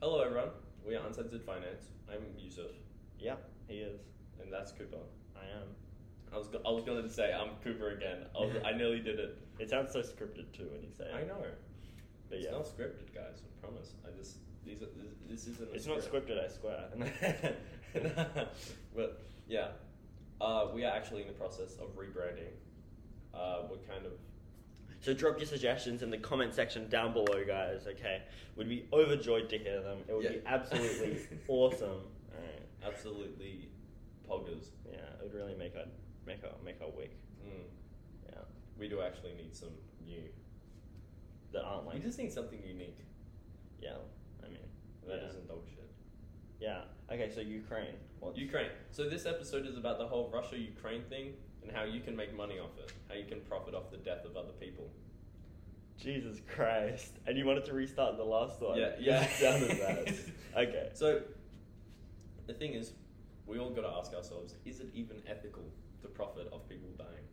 Hello, everyone. We are Uncensored Finance. I'm Yusuf, Yeah, he is. and that's Cooper. I am. I was go- I was going to say I'm Cooper again. I, was- I nearly did it. It sounds so scripted too when you say it. I know. But it's yeah. not scripted, guys. I promise. I just these are, this, this isn't. a It's not script. scripted, I swear. but yeah, uh, we are actually in the process of rebranding. Uh, we're kind of So drop your suggestions in the comment section down below, guys. Okay, we'd be overjoyed to hear them. It would be Yeah. absolutely awesome. Alright. absolutely poggers. Yeah, it would really make our make our make our week. Mm. Yeah, We do actually need some new. that aren't We like just need something unique yeah. I mean, that yeah. not dog shit. Yeah. Okay, so Ukraine. What's, Ukraine. So this episode is about the whole Russia-Ukraine thing and how you can make money off it, how you can profit off the death of other people. Jesus Christ! And you wanted to restart the last one. Yeah, yeah. It sounded bad. okay. So the thing is, we all got to ask ourselves: Is it even ethical to profit off people dying?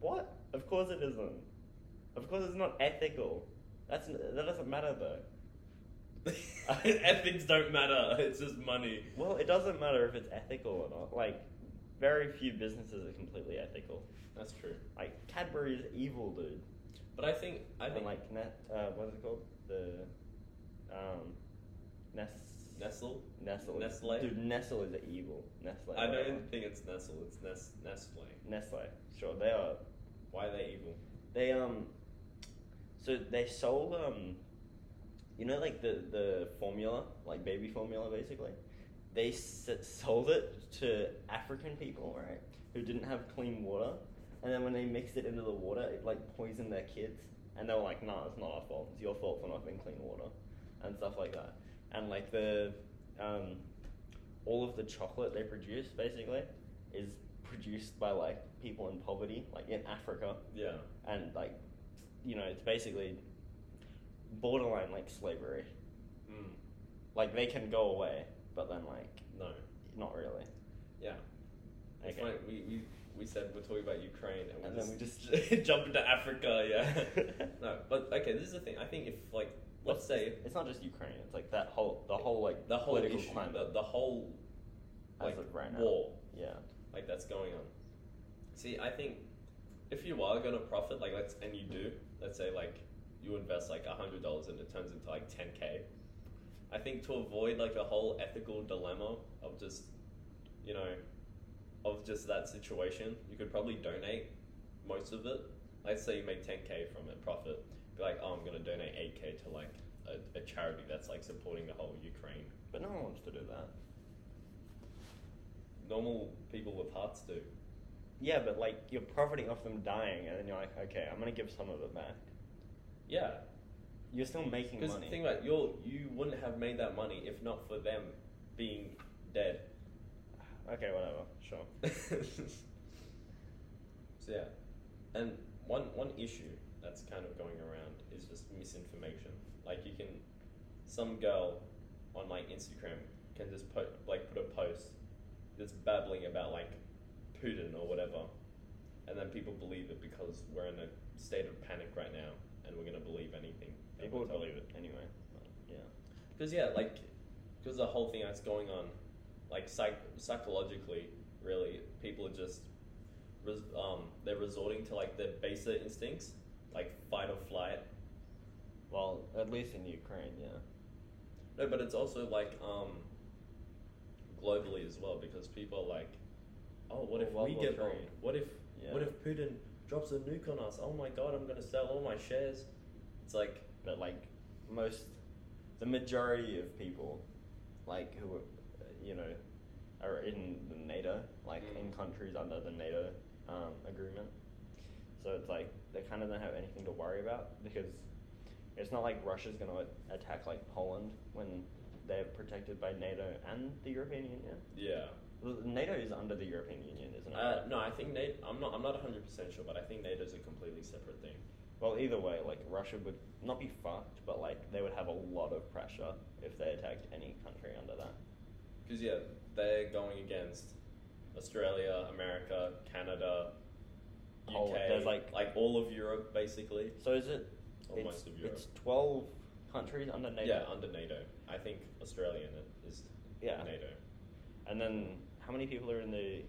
What? Of course it isn't. Of course it's not ethical. That's that doesn't matter though. Ethics don't matter. It's just money. Well, it doesn't matter if it's ethical or not. Like, very few businesses are completely ethical. That's true. Like Cadbury is evil, dude. But I think I and think like net, uh, what is it called? The um, Nest. Nestle. Nestle. Nestle? Dude, Nestle is evil. Nestle. I whatever. don't think it's Nestle. It's Nes- Nestle. Nestle. Sure, they are. Why are they evil? They um, so they sold um, you know, like the the formula, like baby formula, basically. They s- sold it to African people, right, who didn't have clean water, and then when they mixed it into the water, it like poisoned their kids, and they were like, "Nah, it's not our fault. It's your fault for not having clean water," and stuff like that. And like the um, all of the chocolate they produce, basically, is produced by like people in poverty, like in Africa Yeah. and like you know it's basically borderline like slavery Mm. like they can go away but then like No. not really Yeah. It's Okay. fine. We, we, we said we're talking about Ukraine and, And we then just, jump into Africa, yeah. no, but okay, this is the thing. I think if, like, let's say it's not just ukraine it's like that whole the whole like the whole political issue, climate the, the whole as like, of right now war, yeah like, that's going on. See, I think if you are going to profit, like, let's, and you do, let's say, like, you invest, like, $100 and it turns into, like, 10K. I think to avoid, like, the whole ethical dilemma of just, you know, of just that situation, you could probably donate most of it. Let's say you make 10k from it profit, be like, oh, I'm gonna donate 8k to like a, a charity that's like supporting the whole Ukraine. but no one wants to do that Normal people with hearts do. yeah but like you're profiting off them dying and then you're like okay i'm gonna give some of it back Yeah, you're still making because money think about it, you're you wouldn't have made that money if not for them being dead. okay whatever sure so yeah, and one one issue that's kind of going around is just misinformation. Like you can, some girl on like Instagram can just put like put a post that's babbling about like Putin or whatever, and then people believe it because we're in a state of panic right now, and we're gonna believe anything. that people we're would told. believe it anyway yeah Because yeah, like, because the whole thing that's going on, like psych- psychologically, really, people are just, res- um, they're resorting to like their baser instincts, like fight or flight. well at least in ukraine yeah No, but it's also like um, globally as well because people are like, oh, what if World we War get Three. bombed? What if Yeah. what if Putin drops a nuke on us? Oh my god, I'm gonna sell all my shares. It's like but like most the majority of people like who are you know are in the nato like Mm. in countries under the nato um, agreement so it's like they kind of don't have anything to worry about because it's not like russia's going to attack like poland when they're protected by nato and the european union yeah. Well, nato is under the european union isn't it Uh, no, I think NATO. I'm not. I'm not 100 percent sure, but I think NATO's a completely separate thing. Well, either way, like Russia would not be fucked, but like they would have a lot of pressure if they attacked any country under that. Because yeah, they're going against Australia, America, Canada, UK. Oh, there's, like- all of Europe basically. So is it? Almost it's, of Europe. It's twelve countries under NATO. Yeah, under NATO. I think Australia in it is Yeah. NATO. And then how many people are in the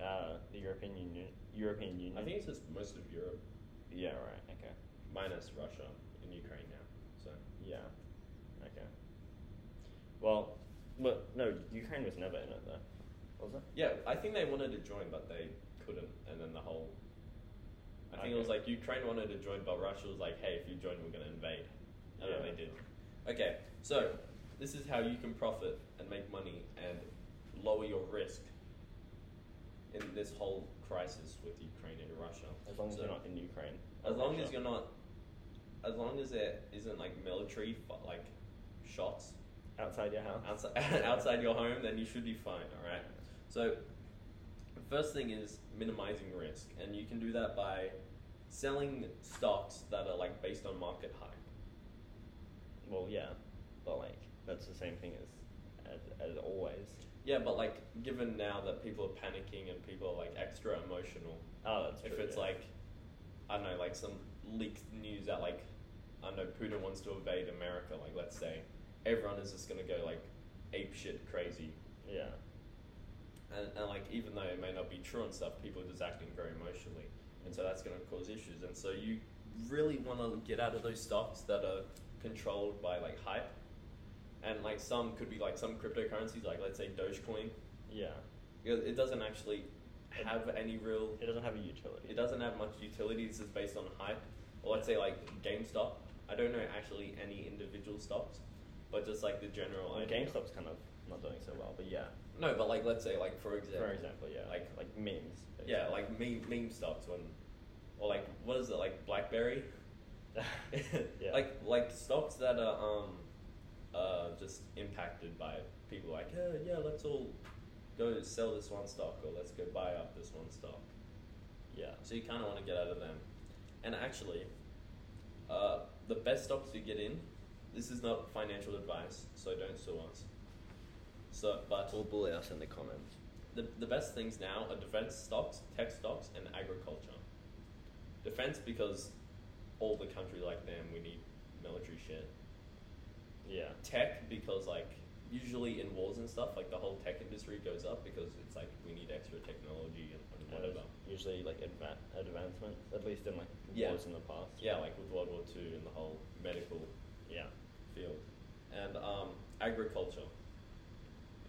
uh, the European Union? European Union. I think it's just most of Europe, Yeah. Right. Okay. minus Russia and Ukraine now. So Yeah. Okay. Well, but no, Ukraine was never in it though, was it? yeah, I think they wanted to join, but they couldn't, and then the whole. I think it was Okay. like Ukraine wanted to join, but Russia was like, "Hey, if you join, we're gonna invade," and then Yeah. they did. Okay, so this is how you can profit and make money and lower your risk in this whole crisis with Ukraine and Russia. As long as So- they're not in Ukraine. or As long as Russia. you're not, as long as there isn't like military fu- like shots outside your house. outside outside your home, then you should be fine. All right. So, first thing is minimizing risk, and you can do that by selling stocks that are like based on market hype. Well, yeah, but like that's the same thing as as, as always. Yeah, but like given now that people are panicking and people are like extra emotional, Oh, that's true. if it's yeah. like I don't know, like some leaked news that like I don't know Putin wants to invade America, like let's say everyone is just gonna go like ape shit crazy, yeah, and, and like even though it may not be true and stuff, people are just acting very emotionally, and so that's gonna cause issues. And so you really want to get out of those stocks that are controlled by like hype, and like some could be like some cryptocurrencies, like let's say Dogecoin, yeah. because it doesn't actually have any real It doesn't have a utility. it doesn't have much utility. This is based on hype. Or let's say like GameStop. I don't know actually any individual stocks, but just like the general Well, idea. GameStop's kind of not doing so well, but yeah. No, but like let's say like for example. For example, yeah, like Like like memes. yeah, like meme meme stocks when, or like what is it like BlackBerry? Yeah. Like like stocks that are um, uh, just impacted by people like yeah yeah let's all go sell this one stock or let's go buy up this one stock. yeah. So you kind of want to get out of them. And actually, uh, the best stocks you get in, this is not financial advice, so don't sue us. So, but Or bully us in the comments. the, the best things now are defense stocks, tech stocks, and agriculture. Defense because all the country like them, we need military shit. Yeah, Tech because like usually in wars and stuff, like the whole tech industry goes up because it's like we need extra technology and, and And whatever. usually like adva- advancements, at least in like Yeah. wars in the past. Yeah, like with World War Two and the whole medical yeah, field and um, agriculture.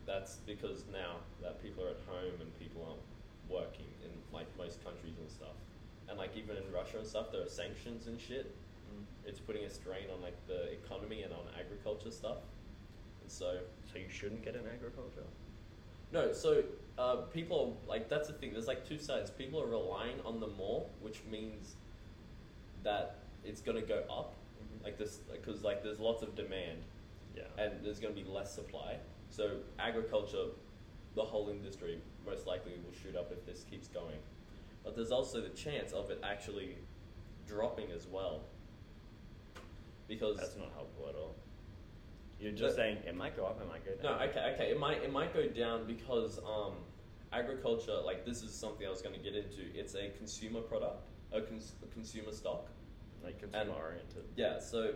That's because now that people are at home and people aren't working in like most countries and stuff, and like even in Russia and stuff, there are sanctions and shit. It's putting a strain on like the economy and on agriculture stuff. And so So you shouldn't get in agriculture. no, so uh, people are, like that's the thing. There's like two sides. People are relying on them more, which means that it's gonna go up, Mhm. like this, because like there's lots of demand, Yeah. and there's going to be less supply. So agriculture, the whole industry, most likely will shoot up if this keeps going. But there's also the chance of it actually dropping as well. Because That's not helpful at all. You're But- just saying it might go up, it might go Uh, no, down. okay, okay, it might it might go down because um, agriculture, like this is something I was going to get into. It's a consumer product, a, cons- a consumer stock. Like consumer oriented. Yeah, so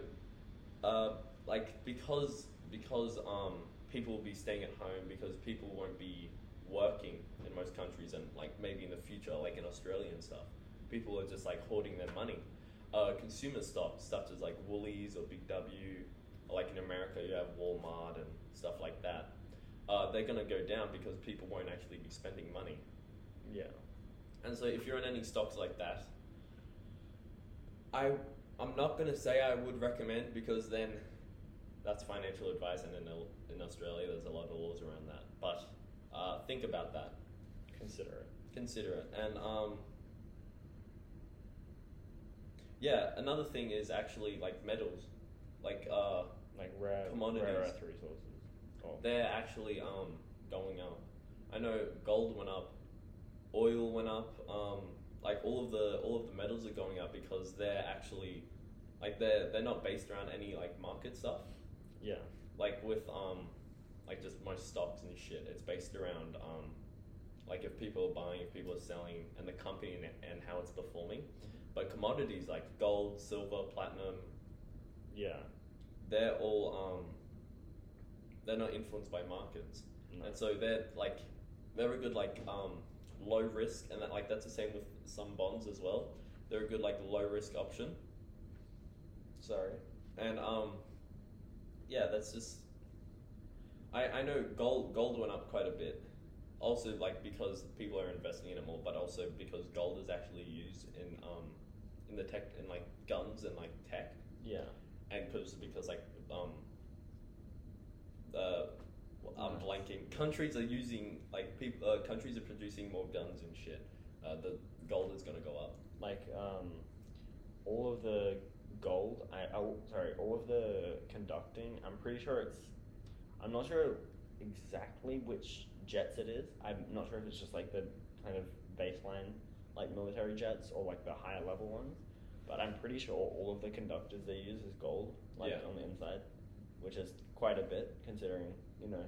uh, like because because um, people will be staying at home because people won't be working in most countries and like maybe in the future like in Australia and stuff, people are just like hoarding their money. Uh, consumer stocks such as like Woolies or Big W, or, like in America you have Walmart and stuff like that. Uh, they're gonna go down because people won't actually be spending money. Yeah. And so if you're in any stocks like that, I I'm not gonna say I would recommend because then that's financial advice, and in Au- in Australia there's a lot of laws around that. But uh, think about that, Consider it. consider it, and um, yeah. Another thing is actually like metals, like uh, Like rare Commodities. rare earth resources. Oh. they're actually um going up. I know gold went up, oil went up. Um, like all of the all of the metals are going up because they're actually like they're they're not based around any like market stuff. yeah. Like with um like just most stocks and shit, it's based around um like if people are buying, if people are selling, and the company and, and how it's performing. But commodities like gold, silver, platinum, Yeah. they're all um, they're not influenced by markets, No. and so they're like they're a good like um, low risk, and that like that's the same with some bonds as well. They're a good like low risk option. Sorry, and um, yeah, that's just. I I know gold gold went up quite a bit. Also, like because people are investing in it more, but also because gold is actually used in um, in the tech in like guns and like tech Yeah. and because because like um uh I'm Nice. blanking countries are using like people uh, countries are producing more guns and shit. Uh, the gold is gonna go up. Like um, all of the gold. I oh, sorry, all of the conducting. I'm pretty sure it's. I'm not sure exactly which jets it is. I'm not sure if it's just like the kind of baseline, like military jets or like the higher level ones. But I'm pretty sure all of the conductors they use is gold, like Yeah. on the inside, which is quite a bit considering you know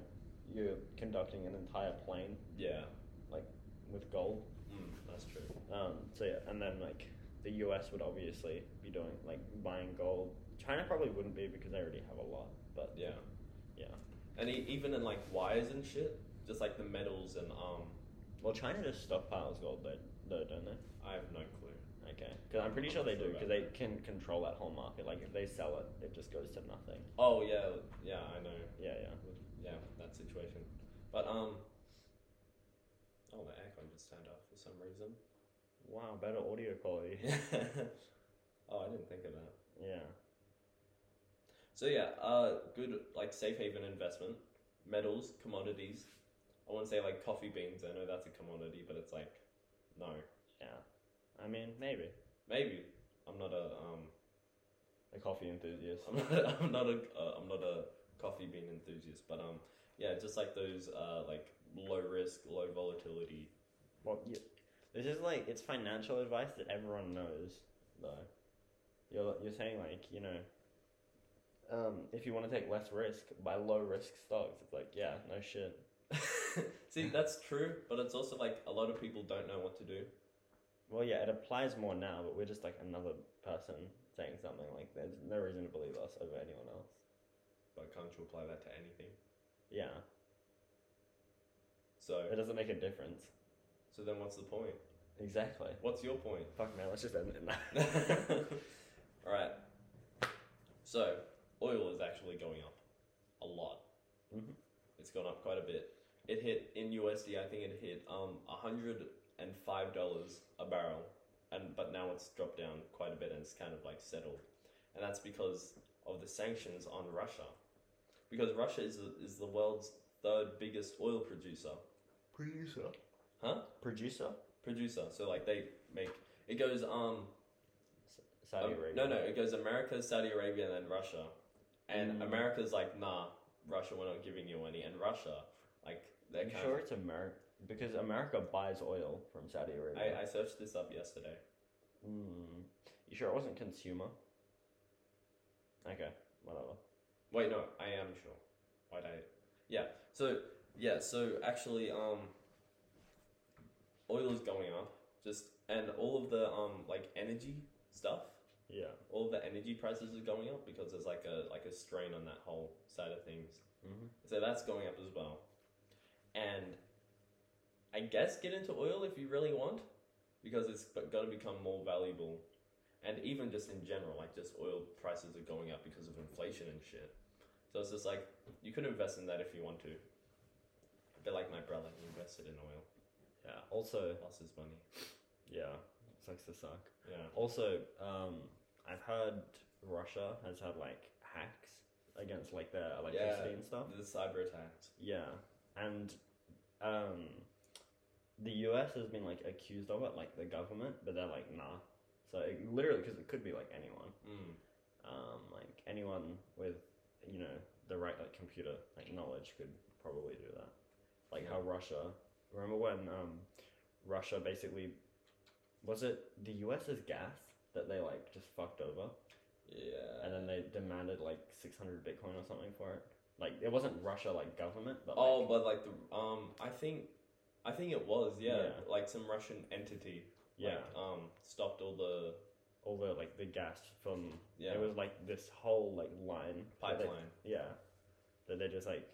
you're conducting an entire plane Yeah, like with gold. mm, that's true. Um, so yeah, and then like the U.S. would obviously be doing like buying gold. China probably wouldn't be because they already have a lot. But Yeah, yeah. and e- even in like wires and shit, just like the metals and um, Well, China just stockpiles gold though, though don't they? I have no clue. Okay, because I'm pretty I'm sure not they sure do about because they that. can control that whole market. Like if they sell it, it just goes to nothing. Oh yeah, yeah I know. Yeah, yeah. Yeah, that situation. But um, oh the aircon just turned off for some reason. Wow, better audio quality. oh, I didn't think of that. yeah. So yeah, uh, good like safe haven investment, metals, commodities. I wouldn't say like coffee beans. I know that's a commodity, but it's like, no, Yeah. I mean, maybe maybe I'm not a um, a coffee enthusiast. I'm not a, I'm not a uh, I'm not a coffee bean enthusiast, but um, yeah, just like those uh like low risk, low volatility. Well, you, this is like it's financial advice that everyone knows, though. You're you're saying like you know, um, if you want to take less risk, buy low risk stocks. It's like yeah, no shit. See, that's true, but it's also like a lot of people don't know what to do. Well, yeah, it applies more now, but we're just like another person saying something like there's no reason to believe us over anyone else. But can't you apply that to anything? Yeah, So it doesn't make a difference. so then what's the point? Exactly. What's your point? Fuck man, let's just end it All now. right. So oil is actually going up a lot. Mhm. It's gone up quite a bit. It hit in USD. I think it hit um hundred and five dollars a barrel, and but now it's dropped down quite a bit and it's kind of like settled, and that's because of the sanctions on Russia, because Russia is the, is the world's third biggest oil producer. Producer. Huh? Producer. Producer. So like they make it goes um Saudi um, Arabia. No, no, it goes America, Saudi Arabia, and then Russia. And Mm. America's like, nah, Russia, we're not giving you any. And Russia, like, they're You kind sure it's America? Because America buys oil from Saudi of, Arabia. I, I searched this up yesterday. Hmm. You sure it wasn't consumer? Okay, whatever. Wait, no, I am sure. Why'd I? Yeah. So yeah. So actually, um, oil is going up. Just and all of the um like energy stuff, Yeah. all of the energy prices are going up because there's like a like a strain on that whole side of things. hmm So that's going up as well. And I guess get into oil if you really want, because it's going to become more valuable. And even just in general, like just oil prices are going up because of inflation and shit. So it's just like you could invest in that if you want to. A bit like my brother, he invested in oil, Yeah. Also, lost his money. yeah, sucks to suck. Yeah. Also, um, I've heard Russia has had like hacks against like their electricity and stuff. The cyber attacks. Yeah, and um, the U.S. has been like accused of it, like the government, but they're like, nah. So it, literally, because it could be like anyone. Mm. um, like anyone with you know the right like computer like knowledge could probably do that. Like how Russia. Remember when um, Russia basically was it the U.S.'s gas that they like just fucked over, Yeah. and then they demanded like six hundred Bitcoin or something for it. Like it wasn't Russia like government, but oh, like, but like the um, I think, I think it was yeah, Yeah. like some Russian entity yeah, like, um, stopped all the all the like the gas from Yeah. it was like this whole like line that they- Pipeline. yeah, that they just like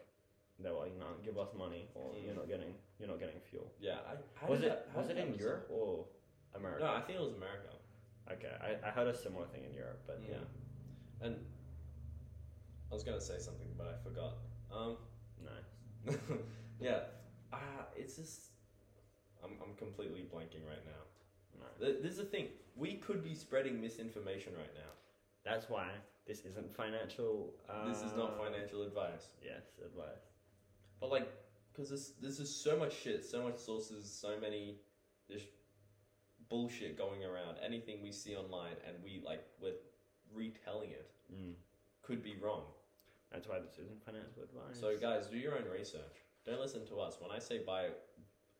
they were like, no, give us money or you're Mm. not getting you're not getting fuel. Yeah. I, how was did it that- how was did it that in result? Europe or America? No, I think it was America. Okay, I, I heard a similar thing in Europe, but Mm. yeah, And I was gonna say something, but I forgot. Um, no. yeah, uh, it's just I'm I'm completely blanking right now. No. Th- This is the thing. We could be spreading misinformation right now. That's why this isn't financial. Uh, This is not financial advice. Yes, advice. But like, because this this is so much shit, so much sources, so many just bullshit going around. Anything we see online and we like, we're retelling it Mm. could be wrong. That's why this isn't financial advice. So guys, do your own research. Don't listen to us. When I say buy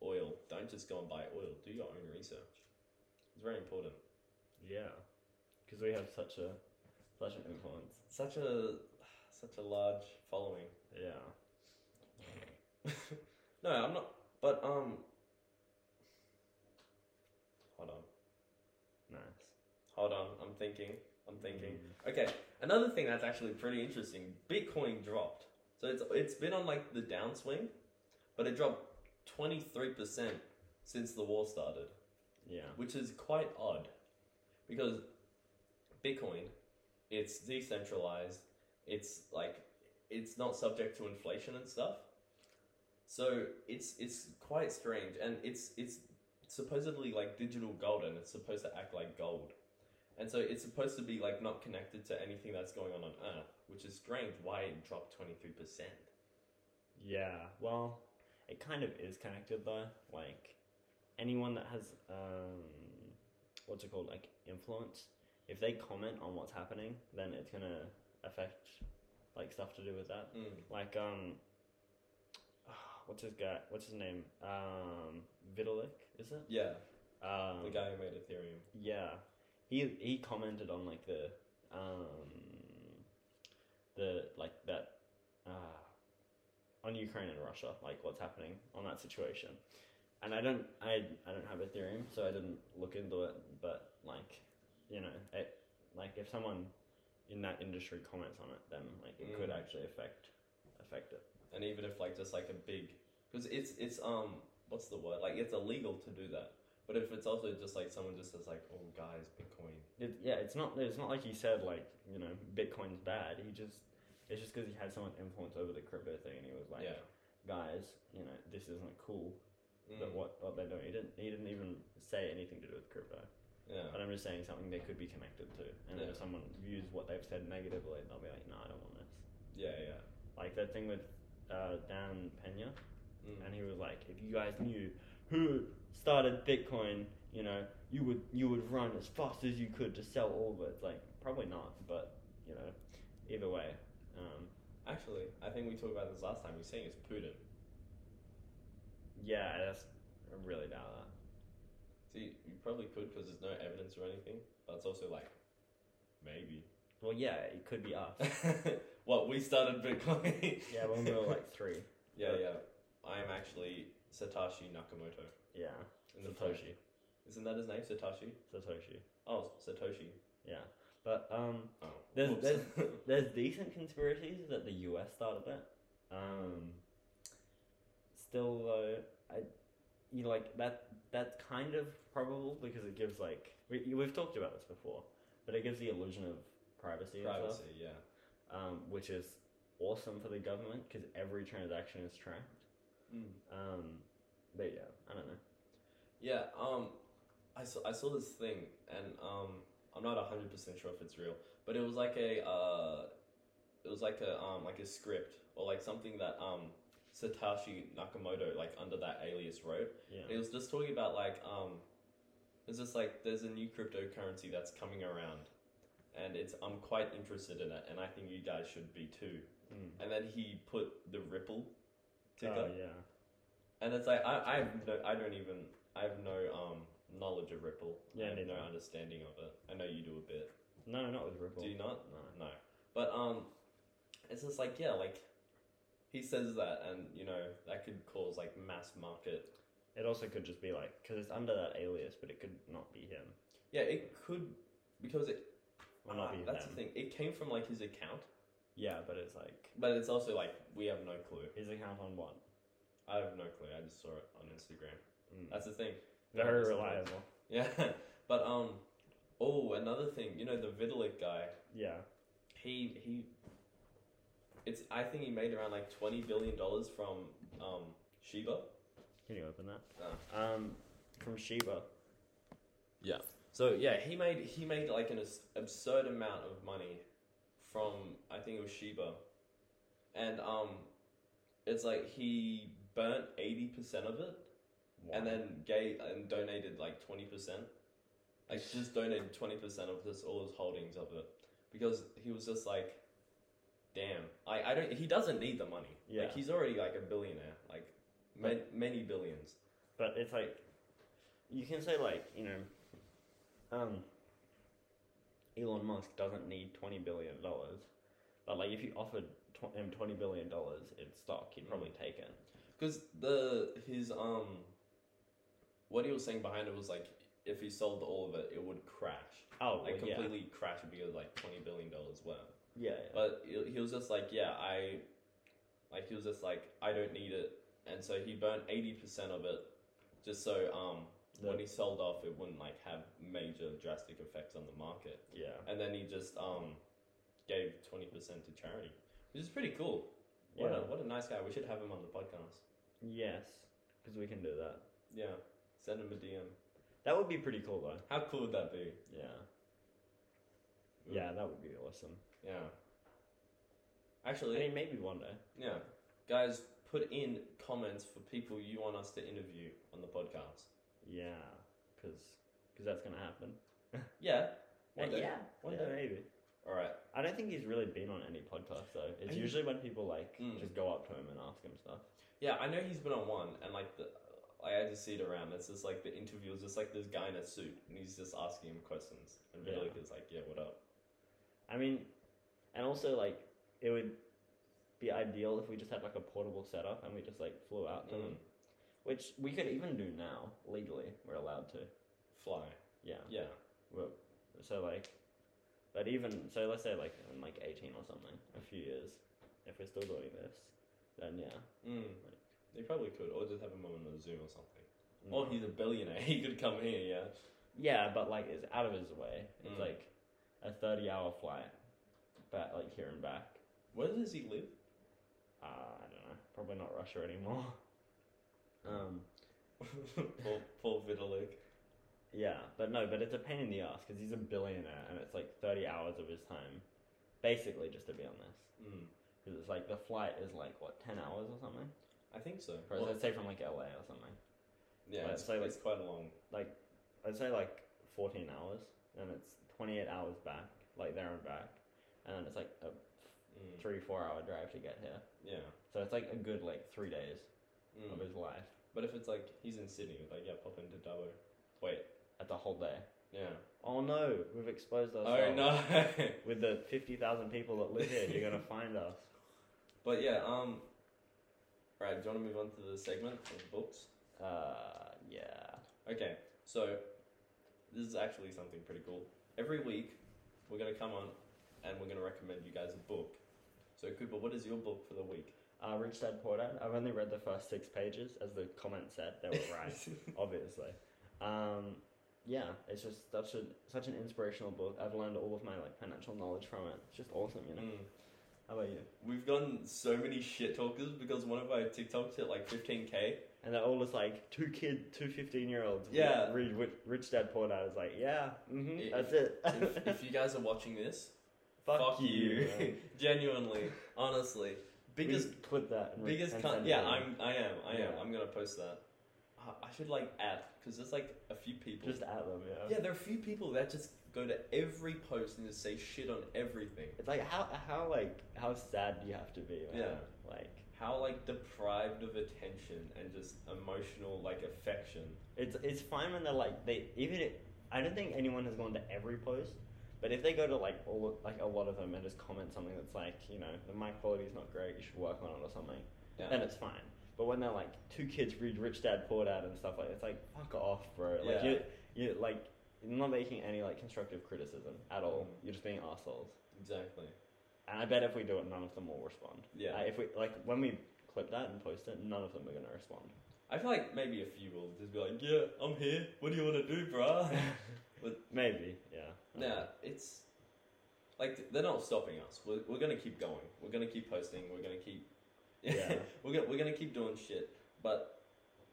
oil, don't just go and buy oil. Do your own research. It's very important. yeah, because we have such a such an influence. Such a such a large following. Yeah. no, I'm not. But um, hold on, Nice. Mm. hold on. I'm thinking. I'm thinking. Okay, another thing that's actually pretty interesting. Bitcoin dropped. So it's it's been on like the downswing, but it dropped twenty three percent since the war started. Yeah. which is quite odd because bitcoin it's decentralized it's like it's not subject to inflation and stuff so it's it's quite strange and it's it's supposedly like digital gold and it's supposed to act like gold and so it's supposed to be like not connected to anything that's going on on earth which is strange why it dropped 23% Yeah. Well, it kind of is connected though. Like anyone that has um, what's it called? Like influence. If they comment on what's happening, then it's gonna affect like stuff to do with that. mm. Like um, what's his guy? What's his name? Um, Vitalik, is it? yeah Um, the guy who made ethereum Yeah, he he commented on like the um the like that uh on Ukraine and Russia, like what's happening on that situation. And I don't I I don't have Ethereum, so I didn't look into it. But like, you know, it like if someone in that industry comments on it, then like it could Mm. actually affect affect it. and even if like just like a big because it's it's um what's the word like it's illegal to do that but if it's also just like someone just says like oh guys bitcoin it yeah, it's not it's not like he said like you know Bitcoin's bad. He just it's just because he had so much influence over the crypto thing, and he was like, yeah guys, you know, this isn't cool. But Mm. what what they're doing, he didn't he didn't even say anything to do with crypto. yeah But I'm just saying something they could be connected to. And Yeah. if someone views what they've said negatively, they'll be like, no, I don't want this. yeah yeah Like that thing with uh, Dan Pena, mm. and he was like, if you guys knew who started Bitcoin, you know, you would you would run as fast as you could to sell all of it. It's like probably not, but you know, either way, um, actually i think we talked about this last time you're saying it's putin yeah, that's I really doubt that. see you probably could because there's no evidence or anything but it's also like maybe Well, yeah, it could be us. what we started bitcoin yeah, when we were like three. yeah yeah i am actually satoshi nakamoto Yeah, in the Satoshi. photo. isn't that his name satoshi Satoshi. oh satoshi Yeah, but um, oh There's- whoops. there's decent conspiracies that the U.S. started it. Um, still though, I you know, like that that's kind of probable because it gives like we we've talked about this before, but it gives the illusion of privacy, and privacy stuff, yeah um, which is awesome for the government because every transaction is tracked. Mm. Um, but yeah, I don't know. Yeah, um, I saw, I saw this thing, and um, I'm not hundred percent sure if it's real, but it was like a uh, it was like a um, like a script or like something that um, Satoshi Nakamoto like under that alias wrote. Yeah, It was just talking about like um, it's just like there's a new cryptocurrency that's coming around, and it's I'm quite interested in it, and I think you guys should be too. Mm. And then he put the Ripple ticker. Oh, yeah. And it's like I, I have no, I don't even I have no um knowledge of Ripple. Yeah, I have neither. no understanding of it. I know you do a bit. No, not with Ripple. Do you not? No. No. But um it's just like yeah, like he says that and you know, that could cause like mass market It also could just be like because it's under that alias, but it could not be him. Yeah, it could because it. Well, not ah, be that's them. the thing. It came from like his account, Yeah, but it's like but it's also like we have no clue. his account on one. I have no clue. I just saw it on Instagram. That's the thing. Mm. Very reliable. Yeah, but um, oh, another thing. You know the Vitalik guy. Yeah. He he. It's I think he made around like twenty billion dollars from um Shiba. Can you open that? Uh, Um, from Sheba. Yeah. So yeah, he made he made like an abs- absurd amount of money from I think it was Shiba, and um, it's like he burnt eighty percent of it and then gave and donated like twenty percent, like just donated twenty percent of this all his holdings of it because he was just like, damn, I I don't he doesn't need the money. Yeah. Like he's already like a billionaire, like ma- many billions. But it's like, you can say like you know, um, Elon Musk doesn't need twenty billion dollars, but like if you offered tw- him twenty billion dollars in stock, he'd probably take it. Because the his um, what he was saying behind it was like if he sold all of it, it would crash, Oh, like well, yeah. completely crash because like twenty billion dollars worth. Yeah. yeah. But he- he was just like, yeah, I, like he was just like, I don't need it, and so he burned eighty percent of it, just so um, when he sold off, it wouldn't like have major drastic effects on the market, yeah. and then he just um, gave twenty percent to charity, which is pretty cool. What Yeah. a what a nice guy. We should have him on the podcast. Yes, because we can do that. Yeah, send him a DM. That would be pretty cool though. How cool would that be? Yeah. Yeah, that would be awesome. Yeah. I Actually, mean, maybe one day. yeah. Guys, put in comments for people you want us to interview on the podcast. Yeah, because that's gonna happen. Yeah. Uh, One day. Yeah, one day maybe. All right. I don't think he's really been on any podcast though. It's I- usually when people like Mm. just go up to him and ask him stuff. Yeah, I know he's been on one, and like the, like, I just see it around. It's just like the interview is just like this guy in a suit, and he's just asking him questions, and Yeah. Vitalik is like, "Yeah, what up?" I mean, and also like it would be ideal if we just had like a portable setup and we just like flew out to them, Mm. which we could even do now legally. We're allowed to. Fly. Yeah. Yeah. Well, so like, but even so, let's say like I'm like 18 or something, a few years, if we're still doing this, then yeah. Mm. They probably could, or just have him on the Zoom or something. Mm. Or he's a billionaire. He could come here. Yeah. yeah, but like it's out of his way. It's Mm. like a 30 hour flight, back like here and back. Where does he live? Uh, I don't know, probably not Russia anymore. Um, poor, poor Vitalik. yeah, but no, but it's a pain in the ass because he's a billionaire and it's like 30 hours of his time, basically just to be on this. Mm. Because it's like the flight is like what 10 hours or something. I think so. Or Well, let's say from like LA or something. yeah, let's it's, say, like- it's quite long. I'd say like 14 hours, and it's 28 hours back, like there and back, and then it's like a Mm. three, four hour drive to get here. Yeah. So it's like a good like three days Mm. of his life. But if it's like he's in Sydney, like yeah, pop into Dubbo. Wait. That's a whole day. Yeah. Oh no, we've exposed ourselves. Oh no. With the 50,000 people that live here, you're gonna find us. but yeah. Um. Right. Do you want to move on to the segment of books? Uh, yeah. Okay. So this is actually something pretty cool. Every week, we're gonna come on, and we're gonna recommend you guys a book. So Cooper, what is your book for the week? Uh, Rich Dad Poor Dad. I've only read the first six pages, as the comment said. They were right. obviously. Um, yeah, it's just such a such an inspirational book. I've learned all of my like financial knowledge from it. It's just awesome, you know. Mm. How about you? We've gotten so many shit talkers because one of our TikToks hit like 15k. And they're all just like two kid, two 15 year olds. Yeah. Read Rich, Rich Dad Poor Dad. It's like, yeah, If- hmm that's it. if, if you guys are watching this, Genuinely, honestly, biggest, biggest clip that. And biggest. and Con- send it yeah, in. I'm. I am. I am. Yeah. I'm gonna post that. Uh, I should like add because there's like a few people. just at them. Yeah. yeah, there are a few people that just go to every post and just say shit on everything. It's like how how like how sad do you have to be? Man? Yeah. Like How like deprived of attention and just emotional like affection. It's it's fine when they're like they even if, I don't think anyone has gone to every post, but if they go to like all like a lot of them and just comment something that's like you know the mic quality is not great, you should work on it or something, Yeah. then it's fine. But when they're like two kids read Rich Dad Poor Dad and stuff like it's like fuck off, bro. Like Yeah. you you like You're not making any like constructive criticism at all. You're just being assholes. Exactly. And I bet if we do it, none of them will respond. Yeah. Uh, if we like when we clip that and post it, none of them are gonna respond. I feel like maybe a few will just be like, yeah, I'm here. What do you want to do, bruh? Maybe. Yeah. Um, nah, it's like they're not stopping us. We're, we're gonna keep going. We're gonna keep posting. We're gonna keep. Yeah. we're gonna we're gonna keep doing shit. But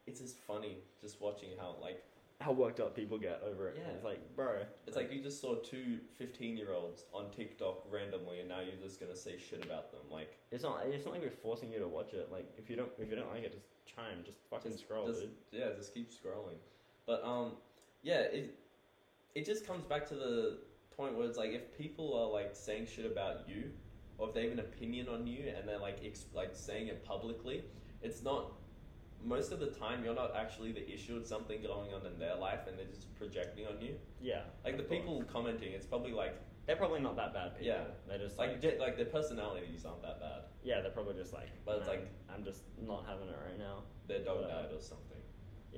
it's just funny just watching how like How worked up people get over it. Yeah. It's like, bro. it's like you just saw two 15 year olds on TikTok randomly, and now you're just gonna say shit about them. Like It's not. It's not like we're forcing you to watch it. Like if you don't, if you don't like it, just chime. Just fucking Just- scroll, just- dude. yeah, just keep scrolling. But um, yeah, it it just comes back to the point where it's like if people are like saying shit about you, or if they have an opinion on you and they're like ex- like saying it publicly, it's not. Most of the time, you're not actually the issue. It's something going on in their life, and they're just projecting on you. Yeah. Like the of course. people commenting, it's probably like They're probably not that bad people. Yeah. They're just like, like ge- like their personalities aren't that bad. yeah. They're probably just like. But it's "Nah, like- I'm just not having it right now. Their dog But, uh, died or something,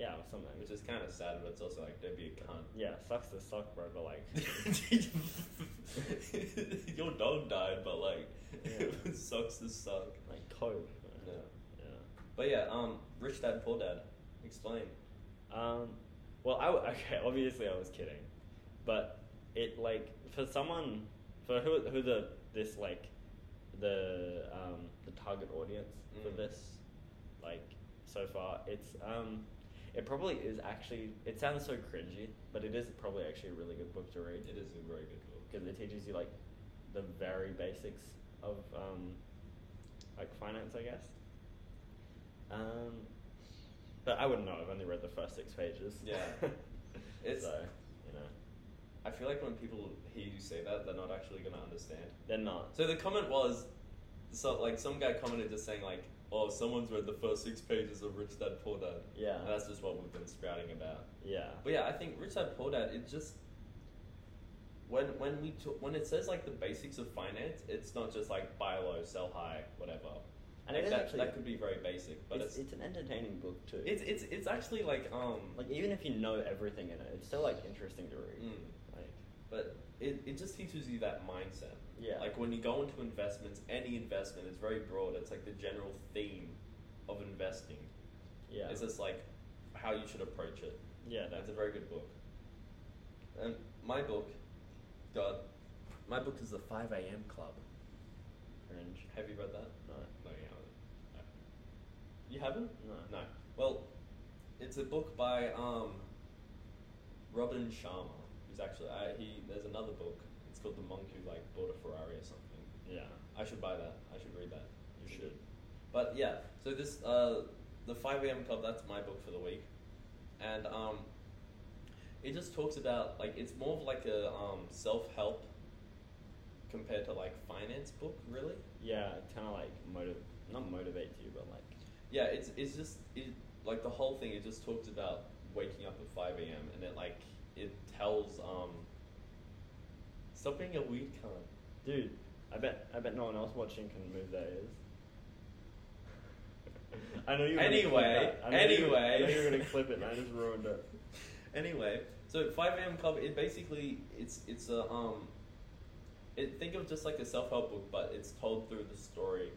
Yeah, or something. which is kind of sad, but it's also like don't be a cunt. yeah, sucks to suck, bro. But like, Your dog died, but like, Yeah. it sucks to suck. like cope. Yeah. Yeah. But yeah, um, rich dad, poor dad. Explain. Um, well, I w- okay. Obviously, I was kidding, but it like for someone for who who the this like the um the target audience for Mm. this like so far it's um it probably is actually it sounds so cringy but it is probably actually a really good book to read It is a very good book. because it teaches you like the very basics of um, like finance, I guess. Um, but I wouldn't know. I've only read the first six pages. Yeah. It's- so you know I feel like when people hear you say that, they're not actually gonna understand. they're not. So the comment was, so like some guy commented just saying like, oh, someone's read the first six pages of Rich Dad Poor Dad. Yeah. And that's just what we've been sprouting about. yeah. But yeah, I think Rich Dad Poor Dad. It just when when we talk, when it says like the basics of finance, it's not just like buy low, sell high, whatever. And Like, it is that, actually- that could be very basic, but it's, it's it's an entertaining book too. it's it's, it's actually like um like even if you know everything in it, it's still like interesting to read. Mm. Like but it, it just teaches you that mindset. Yeah. Like when you go into investments, any investment is very broad. It's like the general theme of investing. yeah. It's just like how you should approach it. yeah. That's a very good book. And my book, God, my book is the 5 a.m. Club. cringe. Have you read that? No. No, you haven't. No. You haven't? No. No. Well, it's a book by um, Robin Sharma, who's actually, I, he, there's another book. It's called The Monk Who Like Bought a Ferrari or something. Yeah. I should buy that. I should read that. You It's a should. good- But yeah, so this uh, the five AM club. That's my book for the week, and um, it just talks about like it's more of like a um, self help compared to like finance book, really. Yeah. Kind of like motive, not motivates you, but like Yeah, it's it's just it, like the whole thing. It just talks about waking up at five AM, and it like it tells um, stop being a weed cunt. Dude, I bet I bet no one else watching can move their ears. I know you. were gonna clip Anyway, that. I know you were- I know anyway. you were gonna clip it, and I just ruined it. Anyway, so five AM club. It basically it's it's a um. It think of just like a self help book, but it's told through the story.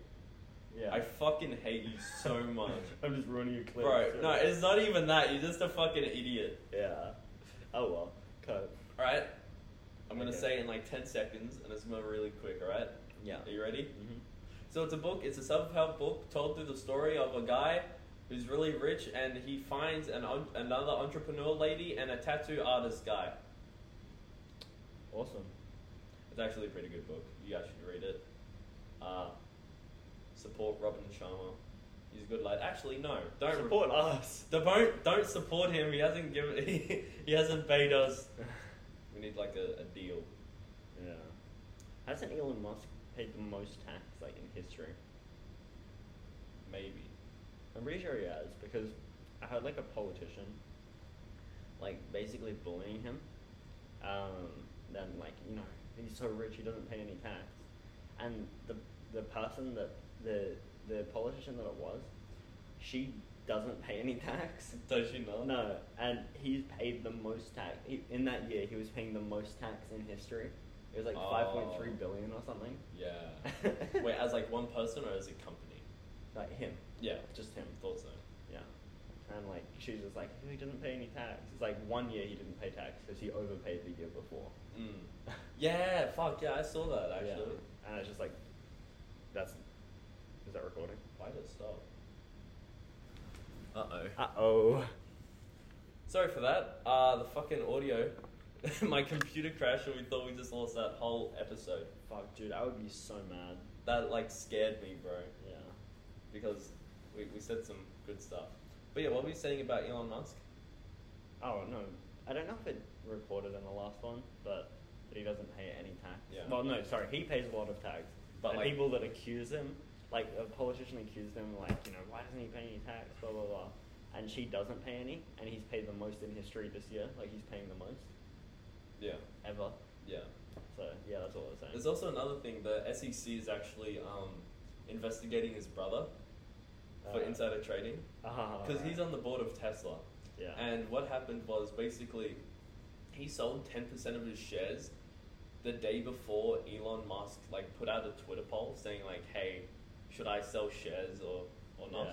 Yeah. I fucking hate you so much, I'm just ruining your clip. bro. so- No, it's not even that. You're just a fucking idiot. Yeah. Oh well. Cut. All right, I'm gonna Okay. say it in like ten seconds, and it's gonna be really quick. All right. Yeah. Are you ready? Mhm. So it's a book. It's a self-help book told through the story of a guy who's really rich, and he finds an un- another entrepreneur lady and a tattoo artist guy. Awesome. It's actually a pretty good book. You guys should read it. Uh, support Robin Sharma. He's a good lad. Actually, no, don't support us. The don't don't support him. He hasn't given. He, he hasn't paid us. We need like a, a deal. yeah. Hasn't Elon Musk paid the most tax like in history? Maybe. I'm pretty sure he has because I heard like a politician, like basically bullying him. Um, then like you know he's so rich he doesn't pay any tax, and the the person that the the politician that it was, she doesn't pay any tax. Don't you know? No, and he's paid the most tax he, in that year. He was paying the most tax in history. It was like Oh. five point three billion or something. Yeah. Wait, as like one person or as a company? like him, Yeah. just him. Thought so. Yeah, and like she's just like he didn't pay any tax. It's like one year he didn't pay tax because he overpaid the year before. Mm. Yeah, fuck yeah, I saw that actually. Yeah. And it's just like, that's. Is that recording? Why did it stop? Uh oh. Uh oh. Sorry for that. Uh, the fucking audio. My computer crashed and we thought we just lost that whole episode. Fuck, dude, I would be so mad. That like scared me, bro, Yeah. because we, we said some good stuff. But yeah, what were you saying about Elon Musk? Oh no, I don't know if it recorded in the last one, but that he doesn't pay any tax. Yeah. Well, no, sorry, he pays a lot of tax. But, But and like- people that accuse him, like a politician accused him, like you know, why doesn't he pay any tax? Blah blah blah. And she doesn't pay any, and he's paid the most in history this year. Like he's paying the most Yeah, ever. yeah. So yeah, that's all I was saying. There's also another thing. The SEC is actually um, investigating his brother for Uh, insider trading Ah. because he's on the board of Tesla. Yeah. And what happened was basically he sold 10% of his shares the day before Elon Musk like put out a Twitter poll saying like, "Hey, should I sell shares or or not?"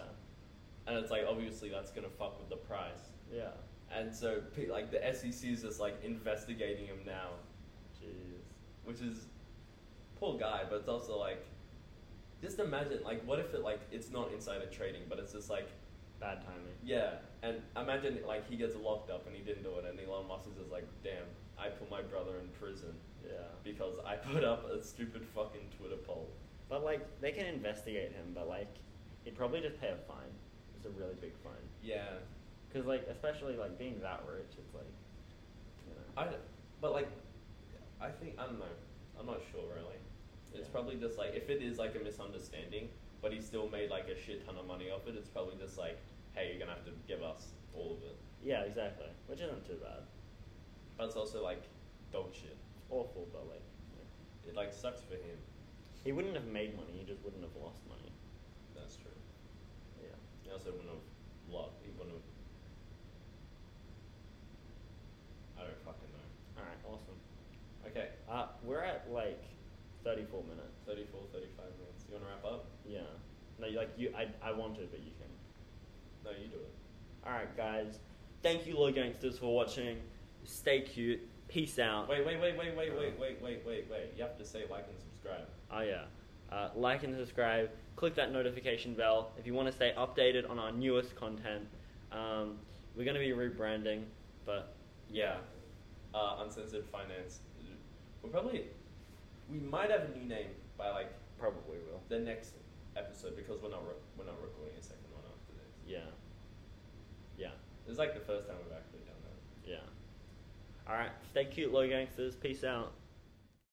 And it's like obviously that's gonna fuck with the price. Yeah. yeah. And so pe- like the SEC is just like investigating him now Jeez. which is poor guy, but it's also like just imagine like what if it like it's not insider trading, but it's just like Bad timing. yeah, and imagine like he gets locked up and he didn't do it, and Elon Musk is just like, damn, I put my brother in prison Yeah. because I put up a stupid fucking Twitter poll. But like they can investigate him, but like he'd probably just pay a fine. It's a really big fine. Yeah, Cause like especially like being that rich, it's like you know. I but like I think I don't know, I'm not sure really. It's Yeah. probably just like if it is like a misunderstanding, but he still made like a shit ton of money off it. It's probably just like, hey, you're gonna have to give us all of it. yeah, exactly. Which isn't too bad. But it's also like dog shit. It's awful, but like yeah. It like sucks for him. he wouldn't have made money. He just wouldn't have lost money. That's true. Yeah. He also wouldn't have loved. He wouldn't have. I don't fucking know. All right. Awesome. Okay, Uh, we're at like thirty-four minutes. 34, 35 minutes. You want to wrap up? Yeah. No, you- like you, I, I want to, but you can. No, you do it. All right, guys. Thank you, Low Gangsters, for watching. Stay cute. Peace out. Wait, wait, wait, wait, wait, wait, wait, wait, wait, wait. You have to say like and subscribe. Oh yeah. Uh, like and subscribe. Click that notification bell if you want to stay updated on our newest content. Um, we're gonna be rebranding, but Yeah. Uh, uncensored finance. We're probably. We might have a new name by like probably will. the next episode because we're not re- we're not recording a second one after this. Yeah. Yeah. It's like the first time we've actually done that. Yeah. All right. Stay cute, low gangsters. Peace out.